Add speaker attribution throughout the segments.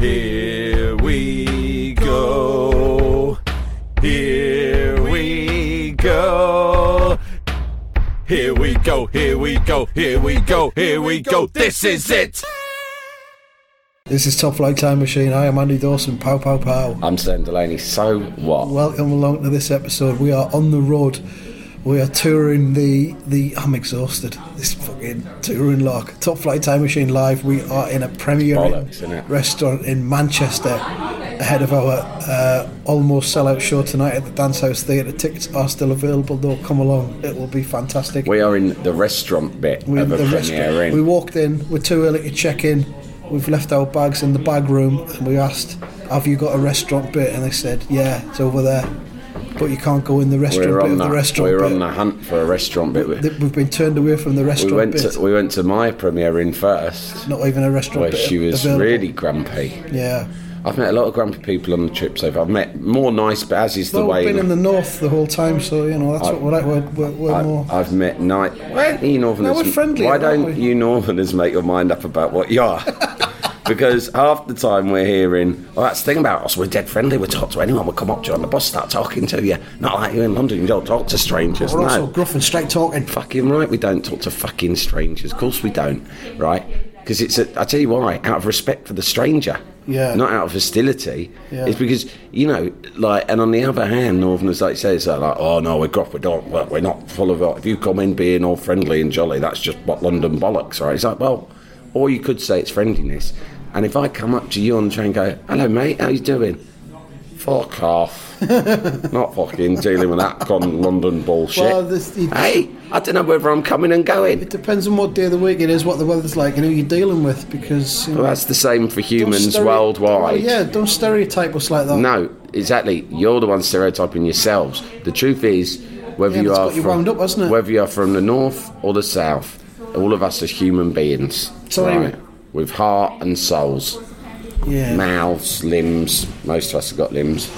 Speaker 1: Here we go. Here we go. Here we go. Here we go. Here we go. Here we go. This is it.
Speaker 2: This is Top Flight Time Machine. I am Andy Dawson. Pow, pow, pow.
Speaker 3: I'm Sam Delaney. So what?
Speaker 2: Welcome along to this episode. We are on the road. We are touring the the. I'm exhausted. This fucking touring lock. Top Flight Time Machine live. We are in a premier
Speaker 3: Bollocks, innit?
Speaker 2: restaurant in Manchester ahead of our uh, almost sellout show tonight at the Dance House Theatre. Tickets are still available. though. come along. It will be fantastic.
Speaker 3: We are in the restaurant bit
Speaker 2: We're
Speaker 3: of a
Speaker 2: in the
Speaker 3: premiere
Speaker 2: restaurant. We
Speaker 3: inn.
Speaker 2: walked in. We're too early to check in. We've left our bags in the bag room, and we asked, "Have you got a restaurant bit?" And they said, "Yeah, it's over there, but you can't go in the restaurant
Speaker 3: We're
Speaker 2: bit
Speaker 3: on
Speaker 2: of the
Speaker 3: the
Speaker 2: restaurant
Speaker 3: we're
Speaker 2: bit."
Speaker 3: on the hunt for a restaurant bit. We,
Speaker 2: Th- We've been turned away from the
Speaker 3: we
Speaker 2: restaurant
Speaker 3: went
Speaker 2: bit.
Speaker 3: to we went to my premiere inn first,
Speaker 2: Not even a restaurant
Speaker 3: where
Speaker 2: bit.
Speaker 3: she was
Speaker 2: available.
Speaker 3: really grumpy.
Speaker 2: yeah.
Speaker 3: I've met a lot of grumpy people on the trip so far. I've met more nice, but as is the
Speaker 2: Well, we've
Speaker 3: way.
Speaker 2: been in the north the whole time, so you know that's
Speaker 3: I-
Speaker 2: what we're like. We're, we're, we're more.
Speaker 3: I, I've met night. Why don't you Northerners?
Speaker 2: No, we're friendly,
Speaker 3: why
Speaker 2: aren't
Speaker 3: don't
Speaker 2: we?
Speaker 3: you Northerners make your mind up about what you are? because half the time we're hearing, "Oh, that's the thing about us. We're dead friendly. We talk to anyone. We come up to you on the bus, start talking to you. Not like you in London. You don't talk to strangers.
Speaker 2: we're
Speaker 3: no.
Speaker 2: also gruff and straight talking.
Speaker 3: Fucking right, we don't talk to fucking strangers. Of course we don't, right? Because it's a, I tell you why, out of respect for the stranger.
Speaker 2: Yeah.
Speaker 3: Not out of hostility.
Speaker 2: Yeah.
Speaker 3: It's because you know, like, and on the other hand, Northerners like say it's like, oh no, we're gruff, we don't, we're we're not full of. If you come in being all friendly and jolly, that's just what London bollocks, right? It's like, well, or you could say it's friendliness. And if I come up to you on the train, and go, hello mate, how you doing? Fuck off. Not fucking dealing with that con London bullshit.
Speaker 2: Well, this- it-
Speaker 3: hey, I don't know whether I'm coming and going.
Speaker 2: It depends on what day of the week it is, what the weather's like, and who you're dealing with, because you know,
Speaker 3: Well, that's the same for
Speaker 2: don't
Speaker 3: humans
Speaker 2: stere-
Speaker 3: worldwide.
Speaker 2: Well, yeah, don't stereotype us like that.
Speaker 3: No, exactly. You're the one stereotyping yourselves. The truth is, whether
Speaker 2: Yeah,
Speaker 3: you
Speaker 2: that's
Speaker 3: are
Speaker 2: what you
Speaker 3: from,
Speaker 2: wound up, hasn't it?
Speaker 3: whether you are from the north or the south, all of us are human beings,
Speaker 2: So
Speaker 3: right?
Speaker 2: anyway-
Speaker 3: With heart and souls,
Speaker 2: Yeah.
Speaker 3: mouths, limbs. Most of us have got limbs,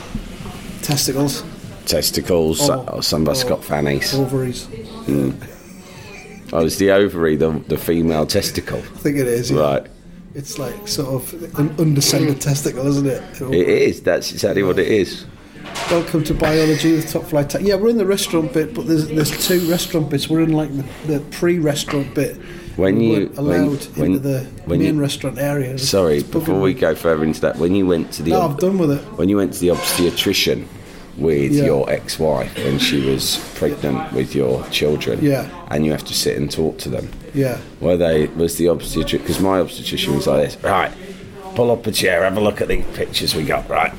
Speaker 2: Testicles.
Speaker 3: testicles. so-
Speaker 2: Oh.
Speaker 3: some of us
Speaker 2: Oh.
Speaker 3: got fannies.
Speaker 2: Ovaries.
Speaker 3: Oh, it's the ovary, the, the female testicle.
Speaker 2: I think it is. yeah.
Speaker 3: Right.
Speaker 2: It's like sort of an undescended testicle, isn't it?
Speaker 3: It is. That's exactly what it is.
Speaker 2: Welcome to Biology with Top Flight. Tech. Yeah, we're in the restaurant bit, but there's there's two restaurant bits. We're in like the, the pre-restaurant bit.
Speaker 3: When
Speaker 2: We
Speaker 3: you-
Speaker 2: weren't
Speaker 3: when-
Speaker 2: allowed
Speaker 3: when-
Speaker 2: into the
Speaker 3: when
Speaker 2: main
Speaker 3: you-
Speaker 2: restaurant area. It's-
Speaker 3: Sorry,
Speaker 2: it's bugging
Speaker 3: before we
Speaker 2: me.
Speaker 3: go further into that, when you went to the
Speaker 2: No, I've done with it.
Speaker 3: when you went to the obstetrician with
Speaker 2: Yeah.
Speaker 3: your ex-wife when she was pregnant with your children,
Speaker 2: Yeah.
Speaker 3: and you have to sit and talk to them,
Speaker 2: Yeah.
Speaker 3: were they was the obstetrician because my obstetrician was like this right pull up a chair have a look at these pictures we got right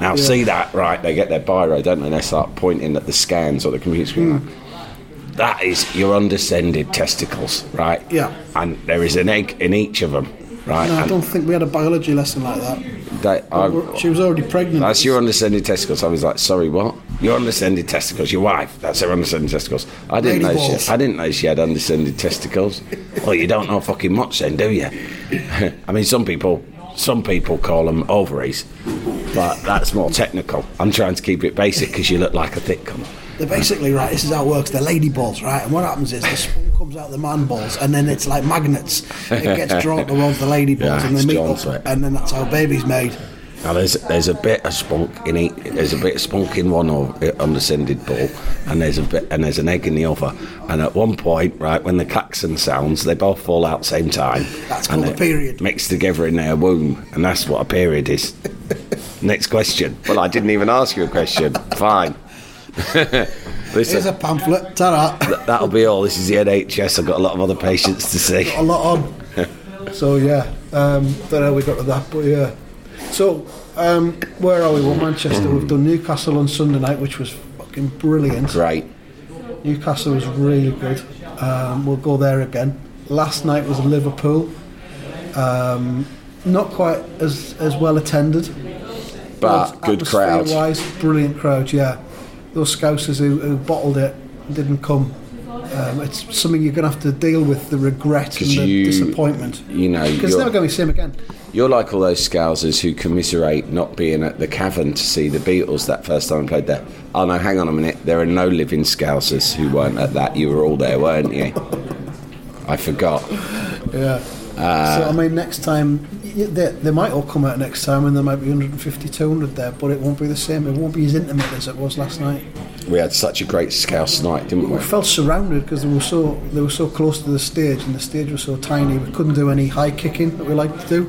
Speaker 3: now see that right they get their biro don't they and they start pointing at the scans or the computer screen
Speaker 2: Hmm.
Speaker 3: like, that is your undescended testicles right
Speaker 2: Yeah.
Speaker 3: and there is an egg in each of them right
Speaker 2: No, I
Speaker 3: and
Speaker 2: don't think we had a biology lesson like that.
Speaker 3: they,
Speaker 2: We're- she was already pregnant.
Speaker 3: that's your undescended testicles. I was like, sorry, what? Your undescended testicles. Your wife. That's her undescended testicles. I didn't
Speaker 2: Lady
Speaker 3: know.
Speaker 2: balls.
Speaker 3: She, I didn't know she had undescended testicles. well, you don't know fucking much then, do you? I mean, some people, some people call them ovaries, but that's more technical. I'm trying to keep it basic because you look like a thick cunt.
Speaker 2: They're basically right. This is how it works. They're lady balls, right? And what happens is the spoon comes out of the man balls, and then it's like magnets. It gets drawn towards the lady balls,
Speaker 3: Yeah,
Speaker 2: and they
Speaker 3: it's
Speaker 2: meet
Speaker 3: drawn
Speaker 2: up,
Speaker 3: to it.
Speaker 2: and then that's how baby's made.
Speaker 3: Now there's there's a bit of spunk in each. There's a bit of uh, spunk in one or undescended ball, and there's a bit and there's an egg in the other. And at one point, right when the klaxon sounds, they both fall out same time.
Speaker 2: That's
Speaker 3: and
Speaker 2: called a
Speaker 3: they're
Speaker 2: period.
Speaker 3: Mixed together in their womb, and that's what a period is. Next question. Well, I didn't even ask you a question. Fine.
Speaker 2: Here's
Speaker 3: Listen,
Speaker 2: a pamphlet. Ta-da.
Speaker 3: th- that'll be all. This is the NHS. I've got a lot of other patients to see.
Speaker 2: a lot on. So yeah, um, don't know how we got to that, but yeah. So um, where are we? Well, Manchester. We've done Newcastle on Sunday night, which was fucking brilliant.
Speaker 3: Great.
Speaker 2: Newcastle was really good. Um, we'll go there again. Last night was Liverpool. Um, not quite as, as well attended.
Speaker 3: But good crowd.
Speaker 2: Wise, brilliant crowd, yeah. Those scousers who, who bottled it didn't come. Um, it's something you're going to have to deal with the regret and
Speaker 3: 'Cause
Speaker 2: the
Speaker 3: you-
Speaker 2: disappointment.
Speaker 3: you know,
Speaker 2: because it's
Speaker 3: you're-
Speaker 2: never going to be the same again.
Speaker 3: You're like all those Scousers who commiserate not being at the cavern to see the Beatles that first time I played there. Oh no, hang on a minute. There are no living Scousers who weren't at that. You were all there, weren't you? I forgot.
Speaker 2: Yeah.
Speaker 3: Uh,
Speaker 2: so I mean, next time y- they, they might all come out next time, and there might be 150, 200 there, but it won't be the same. It won't be as intimate as it was last night.
Speaker 3: We had such a great Scouse night, didn't we?
Speaker 2: We felt surrounded because they were so they were so close to the stage, and the stage was so tiny. We couldn't do any high kicking that we like to do.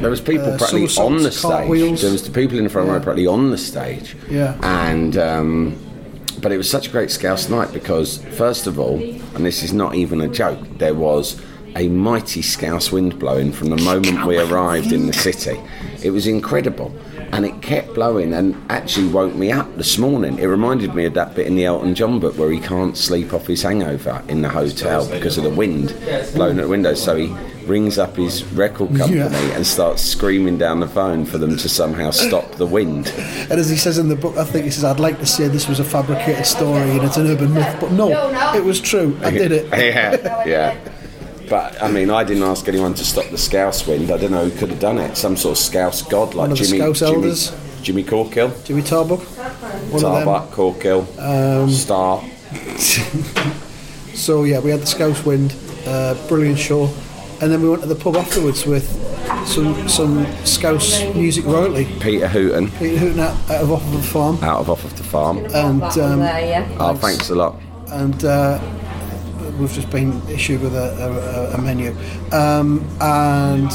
Speaker 3: There was people
Speaker 2: Uh,
Speaker 3: practically
Speaker 2: somersaults,
Speaker 3: on the stage.
Speaker 2: cartwheels.
Speaker 3: There was the people in the front row practically on the stage.
Speaker 2: Yeah.
Speaker 3: And um, but it was such a great Scouse night because first of all, and this is not even a joke, there was a mighty Scouse wind blowing from the moment we arrived in the city. It was incredible. And it kept blowing and actually woke me up this morning. It reminded me of that bit in the Elton John book where he can't sleep off his hangover in the hotel because of the wind blowing at the window. So he rings up his record company
Speaker 2: Yeah.
Speaker 3: and starts screaming down the phone for them to somehow stop the wind.
Speaker 2: And as he says in the book, I think he says, "I'd like to say this was a fabricated story and it's an urban myth, but no, it was true. I did it."
Speaker 3: yeah, yeah. But I mean, I didn't ask anyone to stop the Scouse wind. I don't know who could have done it. Some sort of Scouse god like
Speaker 2: One of the
Speaker 3: Jimmy,
Speaker 2: Scouse
Speaker 3: Jimmy,
Speaker 2: elders.
Speaker 3: Jimmy Corkill,
Speaker 2: Jimmy Tarbuck, one of them. Um,
Speaker 3: Tarbuck, Corkill, Star.
Speaker 2: So yeah, we had the Scouse Wind, uh, brilliant show, and then we went to the pub afterwards with some some Scouse music royalty.
Speaker 3: Peter Hooton
Speaker 2: Peter Hooton out, out of Offerford Farm,
Speaker 3: out of off of the farm.
Speaker 2: and um,
Speaker 3: Oh, thanks a lot.
Speaker 2: and uh, we've just been issued with a, a, a- a menu. Um, and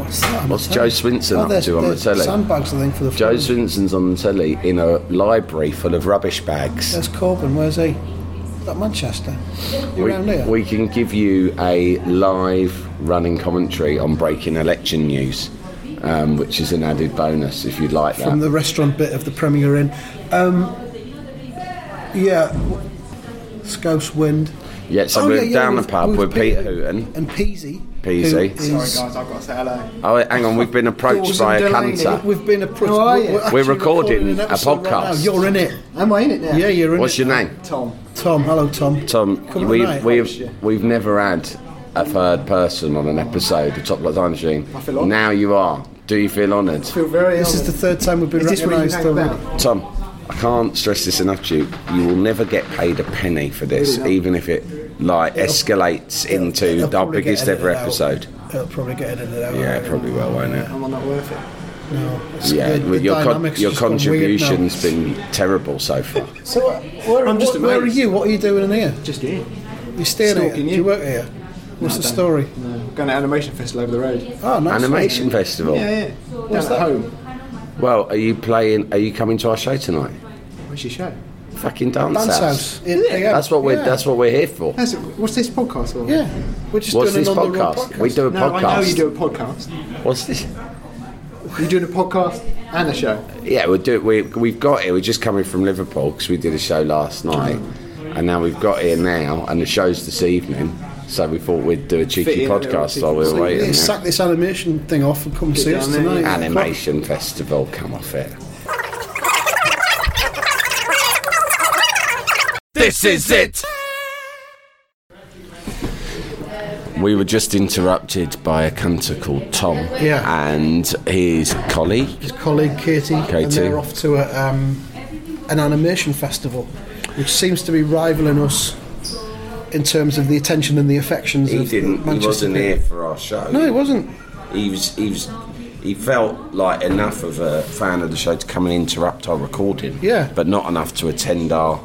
Speaker 2: what's that? on the
Speaker 3: What's
Speaker 2: telly?
Speaker 3: Joe Swinson up
Speaker 2: oh, there's-
Speaker 3: to on the
Speaker 2: there's
Speaker 3: telly?
Speaker 2: Sandbags, I think, for the
Speaker 3: Joe
Speaker 2: Joe's.
Speaker 3: Swinson's on the telly in a library full of rubbish bags.
Speaker 2: There's Corbyn. Where's he? Is that Manchester? You
Speaker 3: We,
Speaker 2: around here?
Speaker 3: we can give you a live running commentary on breaking election news, um, which is an added bonus if you'd like
Speaker 2: from
Speaker 3: that.
Speaker 2: the restaurant bit of the Premier Inn. Um, yeah, w- Scouse Wind.
Speaker 3: yeah, so
Speaker 2: Oh,
Speaker 3: we're
Speaker 2: yeah, yeah,
Speaker 3: down
Speaker 2: with-
Speaker 3: the pub
Speaker 2: with
Speaker 3: with Peter
Speaker 2: Peter.
Speaker 3: Hooton.
Speaker 2: and Peasy.
Speaker 3: Peasy.
Speaker 2: Sorry, guys, I've got to say hello.
Speaker 3: Oh, hang on, we've been approached by a cancer.
Speaker 2: We've been approached.
Speaker 4: How are you?
Speaker 2: We're,
Speaker 3: We're
Speaker 2: actually
Speaker 3: recording
Speaker 2: an
Speaker 3: a
Speaker 2: episode right now.
Speaker 3: podcast.
Speaker 2: You're in it.
Speaker 4: Am I in it now?
Speaker 2: Yeah, you're in
Speaker 3: What's
Speaker 2: it.
Speaker 3: your name?
Speaker 4: Tom.
Speaker 2: Tom. Hello, Tom.
Speaker 3: Tom,
Speaker 2: Come on
Speaker 3: we've,
Speaker 2: tonight.
Speaker 3: we've, we've never had a third person on an episode of Top Lot Time Machine.
Speaker 4: I feel honoured.
Speaker 3: Now you are. Do you feel honoured?
Speaker 4: Feel very
Speaker 2: This is the
Speaker 4: honoured.
Speaker 2: third time we've been
Speaker 4: Is this what you
Speaker 2: recognised.
Speaker 4: rang
Speaker 2: already.
Speaker 4: about?
Speaker 3: Tom, I can't stress this enough to you. You will never get paid a penny for this,
Speaker 4: Really not.
Speaker 3: even if it like escalates into
Speaker 2: It'll
Speaker 3: our
Speaker 2: probably get
Speaker 3: biggest ever
Speaker 2: edited out.
Speaker 3: episode.
Speaker 2: It'll probably get edited out.
Speaker 3: Yeah, it probably will, won't it?
Speaker 4: Am I not worth it?
Speaker 2: No. It's-
Speaker 3: Yeah,
Speaker 2: the-
Speaker 3: with
Speaker 2: the
Speaker 3: your con-
Speaker 2: dynamics
Speaker 3: your
Speaker 2: has just gone weird now.
Speaker 3: contribution's been terrible so far.
Speaker 4: So uh, where,
Speaker 2: I'm just.
Speaker 4: what-
Speaker 2: Where are you? What are you doing in here?
Speaker 4: Just here.
Speaker 2: You staying here? Do
Speaker 4: Stalking you.
Speaker 2: you work here? What's the story?
Speaker 4: No, going to animation festival over the road.
Speaker 2: Oh, nice.
Speaker 3: Animation festival.
Speaker 4: Yeah, yeah. What's that? Home.
Speaker 3: Well, are you playing? Are you coming to our show tonight?
Speaker 4: Where's your show?
Speaker 3: Fucking dance,
Speaker 2: Dance house. It- they have-
Speaker 3: That's what we're.
Speaker 2: yeah.
Speaker 3: That's what we're here for.
Speaker 4: That's, what's this podcast for?
Speaker 2: Yeah. We're just
Speaker 3: What's
Speaker 2: doing
Speaker 3: this
Speaker 2: an on the road
Speaker 3: podcast? We do a
Speaker 4: No,
Speaker 3: podcast.
Speaker 4: I know you do a podcast.
Speaker 3: What's this?
Speaker 4: You're doing a podcast and a show.
Speaker 3: Yeah, we'll do it. We, we've got it. We're just coming from Liverpool because we did a show last night, and now we've got here now, and the show's this evening. So we thought we'd do a cheeky
Speaker 4: in a little
Speaker 3: podcast while we
Speaker 4: cheeky
Speaker 3: were
Speaker 2: Yeah,
Speaker 3: waiting.
Speaker 2: sack this animation thing off and come see us
Speaker 4: down there.
Speaker 2: tonight.
Speaker 3: Animation festival, come off it.
Speaker 1: This is it.
Speaker 3: We were just interrupted by a cantor called Tom
Speaker 2: Yeah.
Speaker 3: and his colleague.
Speaker 2: His colleague Katie, and
Speaker 3: Katie.
Speaker 2: they're off to a, um, an animation festival, which seems to be rivaling us in terms of the attention and the affections
Speaker 3: He
Speaker 2: of
Speaker 3: didn't. He
Speaker 2: Manchester.
Speaker 3: wasn't
Speaker 2: people.
Speaker 3: here for our show.
Speaker 2: No, he wasn't.
Speaker 3: He was. He was. He felt like enough of a fan of the show to come and interrupt our recording.
Speaker 2: Yeah.
Speaker 3: But not enough to attend our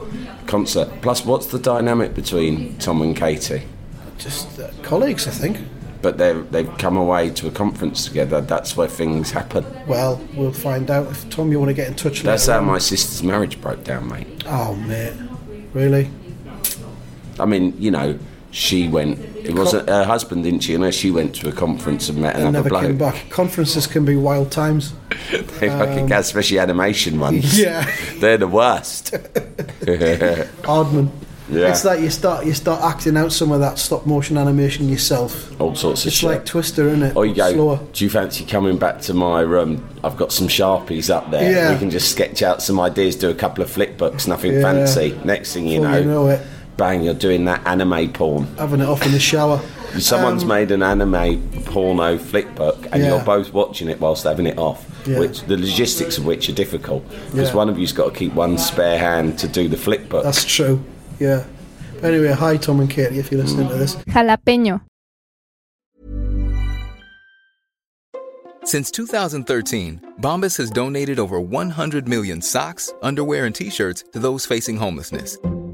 Speaker 3: concert. Plus, what's the dynamic between Tom and Katie?
Speaker 2: Just uh, colleagues, I think.
Speaker 3: But they they've come away to a conference together. That's where things happen.
Speaker 2: Well, we'll find out. If Tom, you want to get in touch
Speaker 3: That's um,
Speaker 2: later on.
Speaker 3: how my sister's marriage broke down, mate.
Speaker 2: Oh, mate. Really?
Speaker 3: I mean, you know, she went. It wasn't her husband, didn't she? You know, she went to a conference and met
Speaker 2: And never
Speaker 3: another bloke.
Speaker 2: came back. Conferences can be wild times.
Speaker 3: They
Speaker 2: Um,
Speaker 3: fucking can, especially animation ones.
Speaker 2: Yeah.
Speaker 3: they're the worst.
Speaker 2: Hardman.
Speaker 3: Yeah.
Speaker 2: It's like you start you start acting out some of that stop motion animation yourself.
Speaker 3: All sorts of
Speaker 2: It's
Speaker 3: shit.
Speaker 2: like Twister, isn't it?
Speaker 3: Oh, you go,
Speaker 2: Slower.
Speaker 3: do you fancy coming back to my room? I've got some sharpies up there.
Speaker 2: Yeah.
Speaker 3: We can just sketch out some ideas, do a couple of flip books, nothing
Speaker 2: Yeah.
Speaker 3: fancy. Next thing you know,
Speaker 2: Before you know it.
Speaker 3: bang, you're doing that anime porn.
Speaker 2: Having it off in the shower.
Speaker 3: Someone's
Speaker 2: Um,
Speaker 3: made an anime porno flip book, and
Speaker 2: Yeah.
Speaker 3: you're both watching it whilst having it off.
Speaker 2: Yeah.
Speaker 3: Which the logistics of which are difficult because
Speaker 2: Yeah.
Speaker 3: one of you's got to keep one spare hand to do the flip book.
Speaker 2: That's true. Yeah. Anyway, hi Tom and Katie, if you're listening to this.
Speaker 5: Jalapeño.
Speaker 6: Since 2013, Bombas has donated over 100 million socks, underwear, and t shirts to those facing homelessness.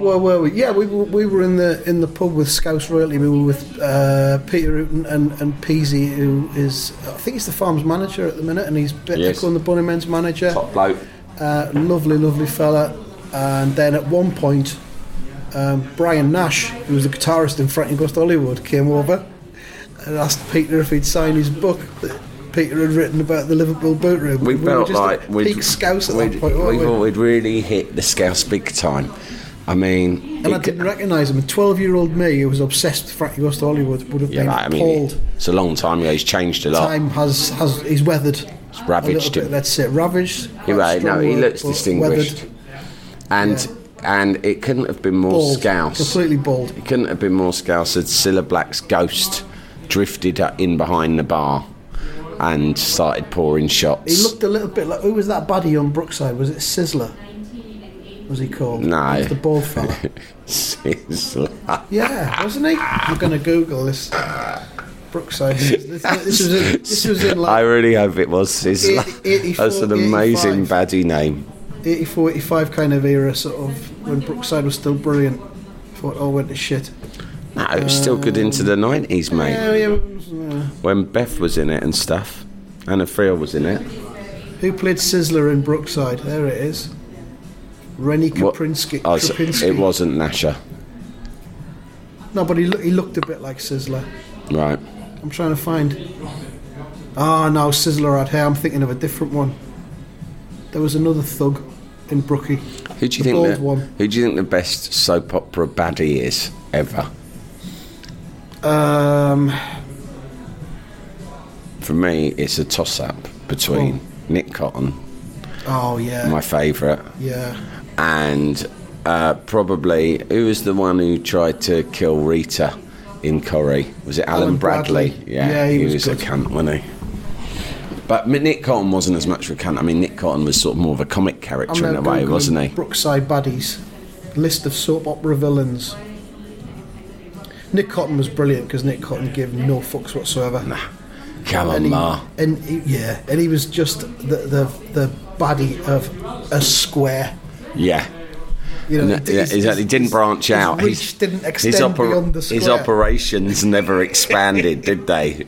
Speaker 2: where were we? Yeah, we were, we were in the in the pub with Scouse Royalty. We were with uh, Peter Rutan and and Peasy, who is I think he's the farm's manager at the minute, and he's Bitco
Speaker 3: Yes.
Speaker 2: and the Bunnymen's manager.
Speaker 3: Top bloke.
Speaker 2: Uh, lovely, lovely fella. And then at one point, um, Brian Nash, who was the guitarist in Frankie Goes to Hollywood, came over and asked Peter if he'd sign his book that Peter had written about the Liverpool boot room.
Speaker 3: we,
Speaker 2: were
Speaker 3: felt
Speaker 2: just
Speaker 3: like
Speaker 2: at
Speaker 3: we'd,
Speaker 2: peak Scouse at
Speaker 3: we'd,
Speaker 2: that point. weren't
Speaker 3: we
Speaker 2: we?
Speaker 3: thought we'd really hit the Scouse big time. I mean,
Speaker 2: And
Speaker 3: it
Speaker 2: I
Speaker 3: could-
Speaker 2: didn't recognise him. A 12 year old me who was obsessed with Frankie Goes to Hollywood would have
Speaker 3: yeah,
Speaker 2: been
Speaker 3: like, I mean,
Speaker 2: appalled.
Speaker 3: it's a long time ago. He's changed a lot.
Speaker 2: Time has, has he's weathered.
Speaker 3: ravaged
Speaker 2: a little bit,
Speaker 3: him.
Speaker 2: Let's say ravaged. quite a
Speaker 3: You're right. No,
Speaker 2: strong
Speaker 3: he
Speaker 2: word,
Speaker 3: looks
Speaker 2: but
Speaker 3: distinguished,
Speaker 2: weathered,
Speaker 3: and and it couldn't have been more
Speaker 2: bald,
Speaker 3: Scouse.
Speaker 2: completely bald.
Speaker 3: It couldn't have been more Scouse had Cilla Black's ghost drifted uh, in behind the bar and started pouring shots.
Speaker 2: He looked a little bit like who was that baddie on Brookside? Was it Sizzler? Was he called?
Speaker 3: No.
Speaker 2: He was the bald fella.
Speaker 3: Sizzler.
Speaker 2: yeah, wasn't he? I'm gonna Google this. Brookside. This, this was in, this was in
Speaker 3: I
Speaker 2: like
Speaker 3: really hope it was
Speaker 2: Eight-
Speaker 3: Sizzler.
Speaker 2: 84,
Speaker 3: That's an amazing
Speaker 2: 85.
Speaker 3: baddie name.
Speaker 2: 84, 85 kind of era, sort of when Brookside was still brilliant. Before it all went to shit.
Speaker 3: No, it was still good into the 90s, mate.
Speaker 2: Um, Yeah, yeah. it was, uh,
Speaker 3: When Beth was in it and stuff, Anna Friel was in it.
Speaker 2: Who played Sizzler in Brookside? There it is. Rennie
Speaker 3: What-
Speaker 2: Kaprinsky.
Speaker 3: Oh, so
Speaker 2: Krupinski.
Speaker 3: it wasn't Nasher.
Speaker 2: No, but he, loo- he looked a bit like Sizzler.
Speaker 3: Right.
Speaker 2: I'm trying to find. Ah, no, Sizzler had hair. I'm thinking of a different one. There was another thug in Brookie.
Speaker 3: Who do
Speaker 2: The
Speaker 3: you think
Speaker 2: bald
Speaker 3: the,
Speaker 2: one.
Speaker 3: Who do you think the best soap opera baddie is ever?
Speaker 2: Um,
Speaker 3: For me, it's a toss up between Nick Cotton,
Speaker 2: oh, yeah.
Speaker 3: my favourite,
Speaker 2: yeah.
Speaker 3: and uh, probably who was the one who tried to kill Rita in Corrie? Was it Alan,
Speaker 2: Alan
Speaker 3: Bradley?
Speaker 2: Bradley. Yeah, he was
Speaker 3: a
Speaker 2: good.
Speaker 3: cunt, wasn't he? But M- Nick Cotton wasn't as much of a cunt. I mean, Nick Cotton was sort of more of a comic
Speaker 2: I'm
Speaker 3: character in
Speaker 2: now
Speaker 3: a way,
Speaker 2: Googling
Speaker 3: wasn't he?
Speaker 2: Brookside Baddies. List of soap opera villains. Nick Cotton was brilliant because Nick Cotton gave no fucks whatsoever.
Speaker 3: Come on,
Speaker 2: and he,
Speaker 3: Ma.
Speaker 2: and he- yeah, and he was just the, the the baddie of a square.
Speaker 3: Yeah.
Speaker 2: You know,
Speaker 3: No,
Speaker 2: it-
Speaker 3: uh, yeah,
Speaker 2: it's-
Speaker 3: exactly.
Speaker 2: it's-
Speaker 3: Didn't branch
Speaker 2: his
Speaker 3: out.
Speaker 2: reach didn't extend beyond the
Speaker 3: His
Speaker 2: square.
Speaker 3: operations never expanded, did they?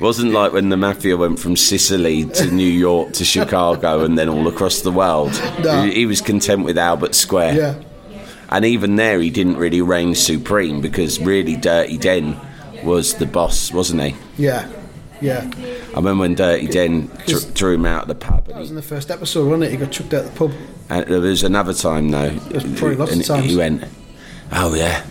Speaker 3: Wasn't like when the mafia went from Sicily to New York to Chicago and then all across the world.
Speaker 2: No.
Speaker 3: He, he was content with Albert Square,
Speaker 2: Yeah.
Speaker 3: and even there, he didn't really reign supreme because really, Dirty Den was the boss, wasn't he?
Speaker 2: Yeah, yeah.
Speaker 3: I remember when Dirty Den thr- threw him out of the pub. And
Speaker 2: That
Speaker 3: he,
Speaker 2: was in the first episode, wasn't it? He got chucked out of the pub.
Speaker 3: And there was another time though.
Speaker 2: There's probably lots of
Speaker 3: and
Speaker 2: times.
Speaker 3: He went, "Oh yeah,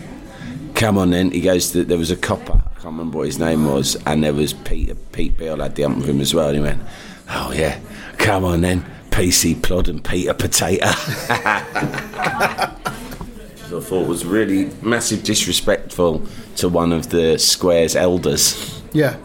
Speaker 3: come on then." He goes, to, "There was a copper. I can't remember what his name was, and there was Peter Pete Beale had the hump with him as well." And he went, "Oh yeah, come on then, PC Plod and Peter Potato." Which I thought was really massive disrespectful to one of the square's elders.
Speaker 2: Yeah.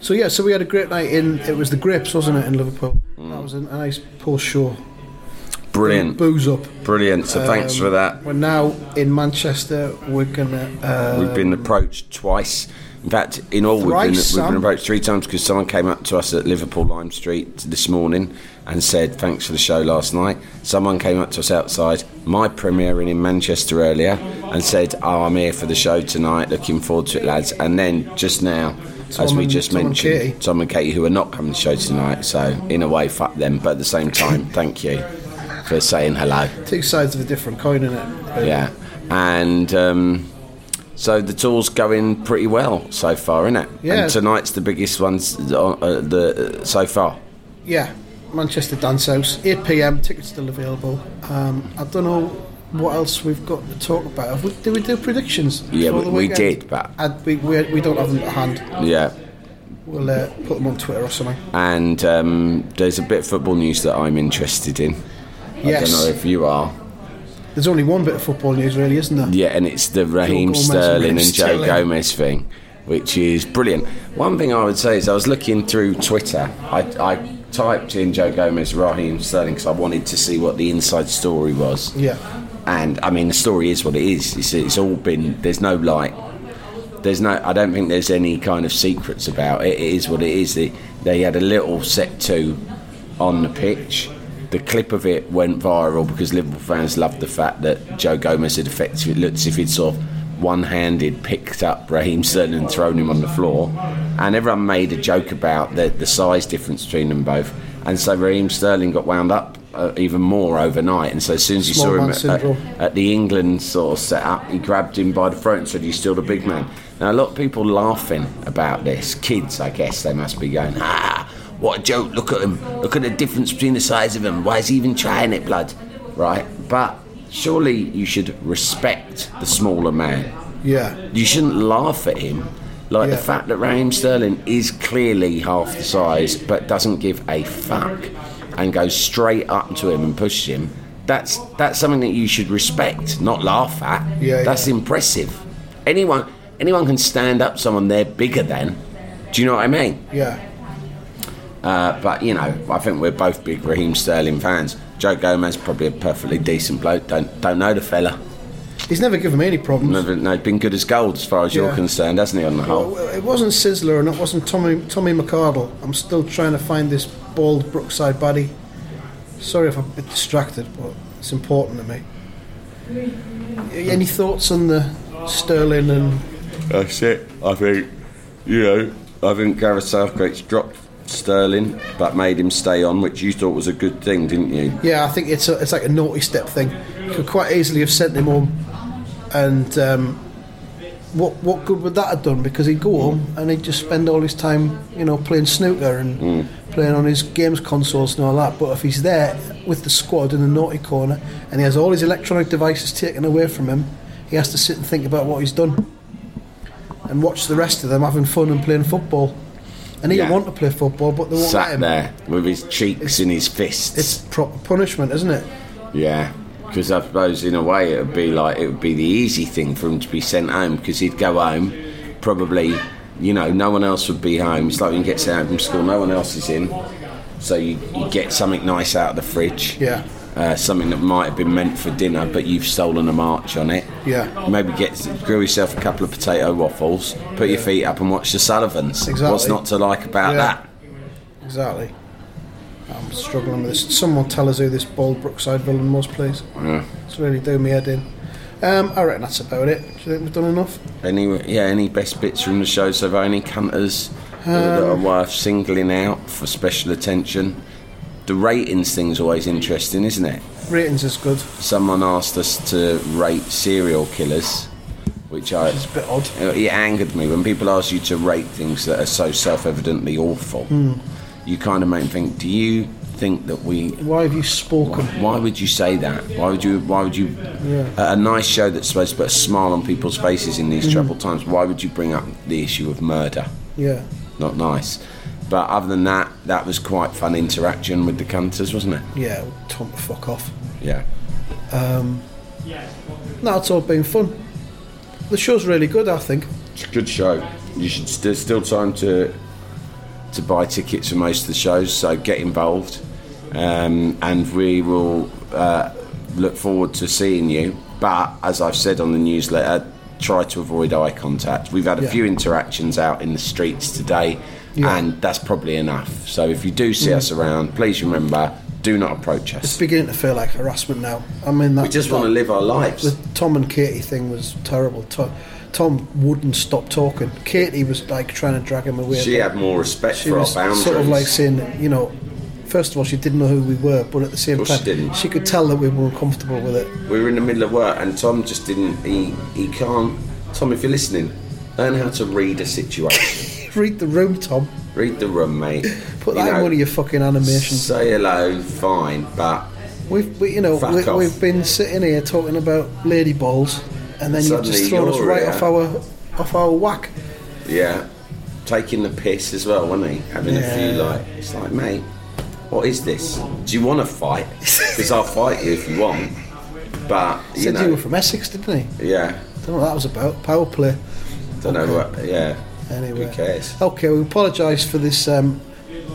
Speaker 2: So yeah, so we had a great night in. It was the Grapes, wasn't it, in Liverpool? That was a nice post show.
Speaker 3: Mm. Brilliant,
Speaker 2: Booze up.
Speaker 3: brilliant. So thanks
Speaker 2: Um,
Speaker 3: for that.
Speaker 2: We're now in Manchester. We're gonna. Uh,
Speaker 3: We've been approached twice In fact, in all, we've been,
Speaker 2: Thrice, um,
Speaker 3: we've
Speaker 2: son.
Speaker 3: been approached three times because someone came up to us at Liverpool Lime Street this morning and said, Thanks for the show last night. Someone came up to us outside my premiering in Manchester earlier and said, Oh, I'm here for the show tonight. Looking forward to it, lads. And then just now, as
Speaker 2: Tom
Speaker 3: we
Speaker 2: and-
Speaker 3: just
Speaker 2: Tom and
Speaker 3: mentioned,
Speaker 2: Katie.
Speaker 3: Tom and Katie, who are not coming to the show tonight. So, in a way, fuck them. But at the same time, thank you for saying hello.
Speaker 2: Two sides of a different coin, innit?
Speaker 3: Yeah, and um, so the tour's going pretty well so far, isn't it?
Speaker 2: Yeah.
Speaker 3: And tonight's the biggest one uh, the so far.
Speaker 2: Yeah, Manchester Dance House, 8 pm, tickets still available. Um, I don't know what else we've got to talk about. Have we, did we do predictions?
Speaker 3: Yeah,
Speaker 2: before
Speaker 3: we-
Speaker 2: the
Speaker 3: we
Speaker 2: weekend?
Speaker 3: did, but-
Speaker 2: Uh, we, we, we don't have them at hand.
Speaker 3: Yeah.
Speaker 2: We'll uh, put them on Twitter or something.
Speaker 3: And um, there's a bit of football news that I'm interested in. I
Speaker 2: yes.
Speaker 3: don't know if you are.
Speaker 2: There's only one bit of football news, really, isn't there?
Speaker 3: Yeah, and it's the Raheem
Speaker 2: Gomez and
Speaker 3: Sterling
Speaker 2: Raheem
Speaker 3: and Joe
Speaker 2: Sterling.
Speaker 3: Gomez thing, which is brilliant. One thing I would say is I was looking through Twitter. I, I typed in Joe Gomez, Raheem Sterling, because I wanted to see what the inside story was.
Speaker 2: Yeah.
Speaker 3: and I mean the story is what it is. It's, it's all been there's no like there's no I don't think there's any kind of secrets about it. It is what it is. They, they had a little set two on the pitch. The clip of it went viral because Liverpool fans loved the fact that Joe Gomez had effectively it looked as if he'd sort of one-handed picked up Raheem Sterling and thrown him on the floor, and everyone made a joke about the, the size difference between them both. And so Raheem Sterling got wound up uh, even more overnight. And so as soon as you
Speaker 2: Small
Speaker 3: saw him
Speaker 2: man
Speaker 3: at- at,
Speaker 2: syndrome.
Speaker 3: at the England sort of set up, he grabbed him by the throat and said, "You're still the big man." Now a lot of people laughing about this. Kids, I guess they must be going, "Ah, what a joke! Look at him! Look at the difference between the size of him! Why is he even trying it, blood?" Right? But surely you should respect the smaller man
Speaker 2: Yeah.
Speaker 3: you shouldn't laugh at him. Like the
Speaker 2: Yeah.
Speaker 3: fact that Raheem Sterling is clearly half the size, but doesn't give a fuck, and goes straight up to him and pushes him. That's that's something that you should respect, not laugh at.
Speaker 2: Yeah,
Speaker 3: that's
Speaker 2: yeah.
Speaker 3: impressive. Anyone anyone can stand up someone they're bigger than. Do you know what I mean? Uh,
Speaker 2: Yeah.
Speaker 3: But you know, I think we're both big Raheem Sterling fans. Joe Gomez probably a perfectly decent bloke. Don't don't know the fella.
Speaker 2: He's never given me any problems.
Speaker 3: Never, no, been good as gold as far as you're
Speaker 2: Yeah.
Speaker 3: concerned, hasn't he? On the whole.
Speaker 2: Well, It wasn't Sizzler and it wasn't Tommy Tommy McArdle. I'm still trying to find this bald Brookside buddy. Sorry if I'm a bit distracted, but it's important to me. A- Any thoughts on the Sterling and
Speaker 3: That's it. I think, you know, I think Gareth Southgate's dropped Sterling, but made him stay on, which you thought was a good thing, didn't you?
Speaker 2: yeah? I think it's a, it's like a naughty step thing. Could quite easily have sent him home, and um, what what good would that have done? Because he'd go home and he'd just spend all his time, you know, playing snooker and
Speaker 3: Hmm.
Speaker 2: playing on his games consoles and all that. But if he's there with the squad in the naughty corner and he has all his electronic devices taken away from him, he has to sit and think about what he's done and watch the rest of them having fun and playing football. And he
Speaker 3: Yeah.
Speaker 2: want to play football, but they won't let
Speaker 3: Sat
Speaker 2: him.
Speaker 3: there with his cheeks in his fists.
Speaker 2: um, It's proper punishment, isn't it?
Speaker 3: Yeah, because I suppose in a way it would be like it would be the easy thing for him to be sent home because he'd go home, probably, you know, no one else would be home. It's like when you get sent home from school, no one else is in, so you, you get something nice out of the fridge.
Speaker 2: Yeah.
Speaker 3: Uh, something that might have been meant for dinner, but you've stolen a march on it.
Speaker 2: Yeah.
Speaker 3: Maybe get grill yourself a couple of potato waffles, put your feet up and watch the Sullivans.
Speaker 2: Exactly.
Speaker 3: What's not to like about
Speaker 2: Yeah.
Speaker 3: that?
Speaker 2: Exactly. I'm struggling with this. Someone tell us who this bald Brookside villain was, please. Yeah. It's really doing me head in. Um, I reckon that's about it. Do you think we've done enough?
Speaker 3: Any yeah, any best bits from the show? So far? any cunters that
Speaker 2: Um,
Speaker 3: are worth singling out for special attention? The ratings thing's always interesting, isn't it?
Speaker 2: Ratings is good.
Speaker 3: Someone asked us to rate serial killers, which I
Speaker 2: It's a bit odd.
Speaker 3: it angered me when people ask you to rate things that are so self-evidently awful.
Speaker 2: Hmm.
Speaker 3: You kind of make me think. Do you think that we
Speaker 2: Why have you spoken?
Speaker 3: why would you say that? Why would you? Why would you? A, a nice show that's supposed to put a smile on people's faces in these troubled times. Why would you bring up the issue of murder?
Speaker 2: Yeah.
Speaker 3: Not nice. But other than that, that was quite fun interaction with the cunters, wasn't it?
Speaker 2: Yeah, Tom, fuck off.
Speaker 3: Yeah.
Speaker 2: No, it's all been fun. The show's really good, I think.
Speaker 3: It's a good show. You should. There's still time to to buy tickets for most of the shows, so get involved, um, and we will uh, look forward to seeing you. But as I've said on the newsletter, try to avoid eye contact. We've had a
Speaker 2: Yeah.
Speaker 3: few interactions out in the streets today,
Speaker 2: Yeah. Mm.
Speaker 3: and that's probably enough. So if you do see us around, please remember do not approach
Speaker 2: It's
Speaker 3: us.
Speaker 2: beginning to feel like harassment now. I mean, that,
Speaker 3: We just want to live our
Speaker 2: The
Speaker 3: lives.
Speaker 2: Tom and Katie thing was terrible. Tom, Tom wouldn't stop talking. Katie was like trying to drag him away.
Speaker 3: She had more respect
Speaker 2: She
Speaker 3: for our
Speaker 2: was
Speaker 3: boundaries.
Speaker 2: sort of like saying, you know, first of all, she didn't know who we were, but at the same
Speaker 3: Of course
Speaker 2: time,
Speaker 3: she didn't.
Speaker 2: she could tell that we were uncomfortable with it.
Speaker 3: we were in the middle of work and Tom just didn't he he can't Tom if you're listening learn how to read a situation
Speaker 2: Read the room, Tom.
Speaker 3: read the room mate
Speaker 2: Put
Speaker 3: You
Speaker 2: that in
Speaker 3: know,
Speaker 2: one of your fucking animations.
Speaker 3: say hello fine but
Speaker 2: We've, we, you know,
Speaker 3: Fuck
Speaker 2: we,
Speaker 3: off.
Speaker 2: we've been sitting here talking about lady balls, and then you've
Speaker 3: Suddenly
Speaker 2: just thrown us
Speaker 3: you're
Speaker 2: right
Speaker 3: here.
Speaker 2: off our off our whack.
Speaker 3: yeah taking the piss as well wasn't he having a few
Speaker 2: Yeah.
Speaker 3: like it's like mate what is this do you want to fight because I'll fight you if you want but you
Speaker 2: Said
Speaker 3: know
Speaker 2: you were from Essex, didn't he?
Speaker 3: yeah
Speaker 2: Don't know what that was about. Power play.
Speaker 3: don't know what yeah
Speaker 2: Anyway.
Speaker 3: who cares
Speaker 2: Okay, we apologise for this um,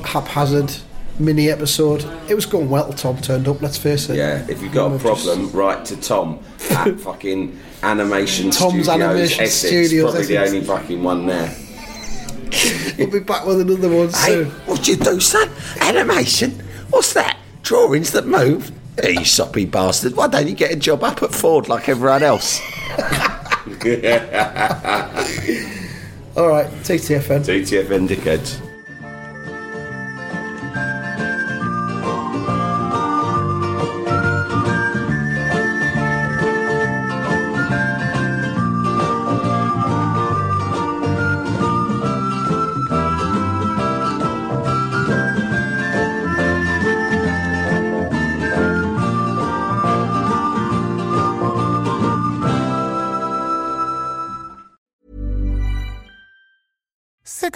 Speaker 2: haphazard mini episode. It was going well till Tom turned up, let's face it.
Speaker 3: Yeah, if you've got a
Speaker 2: We've just-
Speaker 3: problem, write to Tom at fucking Animation
Speaker 2: Tom's
Speaker 3: Studios
Speaker 2: Animation
Speaker 3: Essex.
Speaker 2: Studios,
Speaker 3: Probably the
Speaker 2: Essex.
Speaker 3: only fucking one there.
Speaker 2: We'll be back with another one soon.
Speaker 3: what you do, son? Animation? What's that? Drawings that move? Hey, you soppy bastard! Why don't you get a job up at Ford like everyone else?
Speaker 2: All right, TTFN.
Speaker 3: DTFN dickheads.
Speaker 5: Sick